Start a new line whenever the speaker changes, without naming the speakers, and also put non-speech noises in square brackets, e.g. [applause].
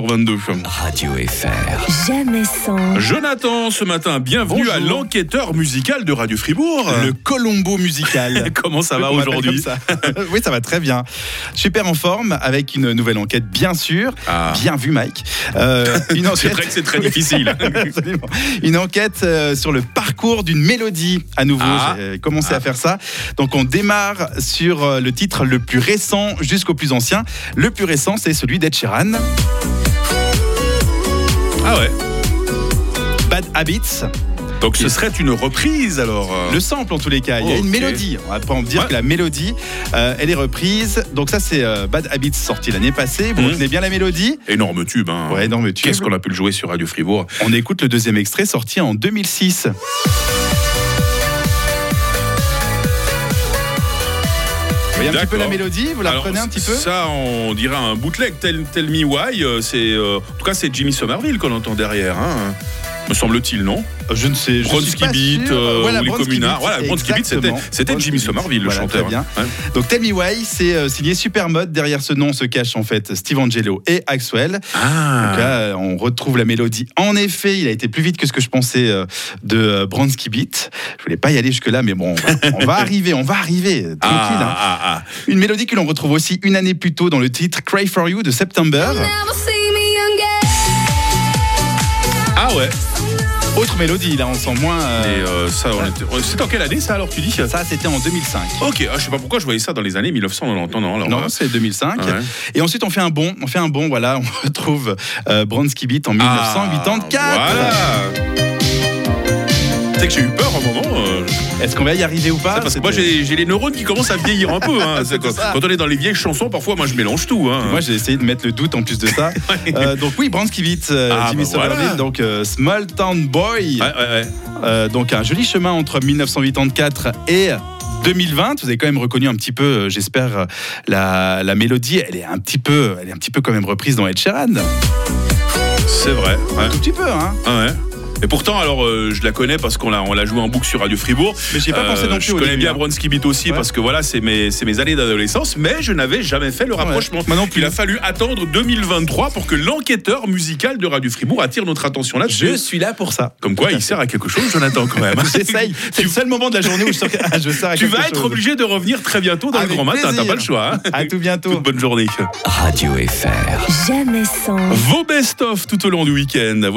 22
Radio FR.
Jamais sans,
Jonathan, ce matin, bienvenue
Bonjour.
à l'enquêteur musical de Radio Fribourg.
le Colombo musical.
[laughs] Comment ça va
On m'appelle
aujourd'hui
comme ça. Oui, ça va très bien. Super en forme avec une nouvelle enquête, bien sûr.
Ah.
Bien vu, Mike. Euh,
[laughs]
une
C'est
enquête.
vrai que c'est très difficile.
[laughs] Absolument. Une enquête euh, sur le parcours d'une mélodie. À nouveau,
Ah.
j'ai commencé à faire ça. Donc, on démarre sur euh, le titre le plus récent jusqu'au plus ancien. Le plus récent, c'est celui d'Ed Sheeran,
Ah ouais
Bad Habits.
Donc ce serait une reprise alors euh.
Le sample en tous les cas, il y a
Oh,
une
ok.
mélodie. On va pas en dire
Ouais.
que la mélodie, euh, elle est reprise. Donc ça c'est euh, Bad Habits sorti l'année passée. Vous
Mhm.
retenez bien la mélodie
Énorme tube. Hein.
Ouais, non mais tu
Qu'est-ce qu'on a pu le jouer sur Radio Fribourg
on écoute le deuxième extrait sorti en 2006. Vous voyez un petit peu
D'accord.
la mélodie Vous la
Alors,
reprenez un petit peu
Ça, on dirait un bootleg. Tell, Tell Me Why, euh, c'est. euh, en tout cas, c'est Jimmy Somerville qu'on entend derrière, hein, me semble-t il, non
Je ne sais je suis
Bronski
pas
Beat,
sûr.
euh,
Voilà,
ou les
Bronski
communards.
Beat,
Voilà, Bronski Beat, c'était,
exactement.
c'était
Bronski
Jimmy
Beat.
Somerville, le
Voilà, très
chanteur. hein.
bien.
Ouais.
Donc Tell Me Why, c'est euh, signé Supermode. Derrière ce nom se cachent en fait Steve Angelo et Axwell.
Ah
Donc là, euh, on retrouve la mélodie. En effet, il a été plus vite que ce que je pensais euh, de euh, Bronski Beat. Je voulais pas y aller jusque-là, mais bon, on va,
[laughs]
on va arriver, on va arriver. Tranquille.
Ah,
hein.
ah, ah.
Une mélodie que l'on retrouve aussi une année plus tôt dans le titre Cry for You de September.
Never see me again.
Ah ouais.
Autre mélodie, là, on sent moins. euh,
Et euh, ça, on était- euh, c'est en quelle année ça alors tu dis
Ça, c'était en 2005.
Ok, ah, je sais pas pourquoi je voyais ça dans les années 1990. Non, alors,
Non,
euh,
c'est 2005.
Ouais.
Et ensuite, on fait un bon, on fait un bon, voilà, on [laughs] retrouve euh, Bronski Beat en 1984.
Ah, Voilà. Tu sais que j'ai eu peur un moment. euh,
Est-ce qu'on va y arriver ou pas
parce que moi
C'était-
j'ai j'ai les neurones qui commencent à vieillir un peu. hein. [laughs] C'est quand,
ça.
quand on est dans les vieilles chansons, parfois moi je mélange tout. hein.
Moi, j'ai essayé de mettre le doute en plus
[laughs]
de ça. Euh, donc oui, Bransky Beat, euh,
Ah,
Jimmy
bah voilà.
Somerville, donc euh, Small Town Boy.
Ouais, ouais, ouais.
Euh, donc un joli chemin entre 1984 et 2020. Vous avez quand même reconnu un petit peu, euh, j'espère, euh, la, la mélodie. Elle est un petit peu, elle est un petit peu quand même reprise dans Ed Sheeran.
C'est vrai. Ouais.
Un tout petit peu, hein.
Ouais. Et pourtant, alors euh, je la connais parce qu'on l'a on l'a joué en boucle sur Radio Fribourg.
Mais j'ai pas
Euh,
pensé non plus
Je
au
connais
début,
bien
hein.
Bronski Beat aussi
Ouais.
parce que voilà, c'est mes, c'est mes années d'adolescence, mais je n'avais jamais fait le rapprochement.
Moi non plus.
Il a fallu attendre 2023 pour que l'enquêteur musical de Radio Fribourg attire notre attention là-dessus.
Je suis là
[laughs]
pour ça.
Comme quoi, il sert à quelque chose, Jonathan, quand même.
[laughs] J'essaye. C'est le seul moment de la journée où je sors. [laughs] Ah, je sors à
Tu
quelque
vas être
chose.
obligé de revenir très bientôt dans le
Avec
grand matin, t'as
plaisir.
pas le choix. hein.
À tout bientôt.
Toute bonne journée.
Radio FR.
jamais sans.
Vos best-of tout au long du week-end. Voici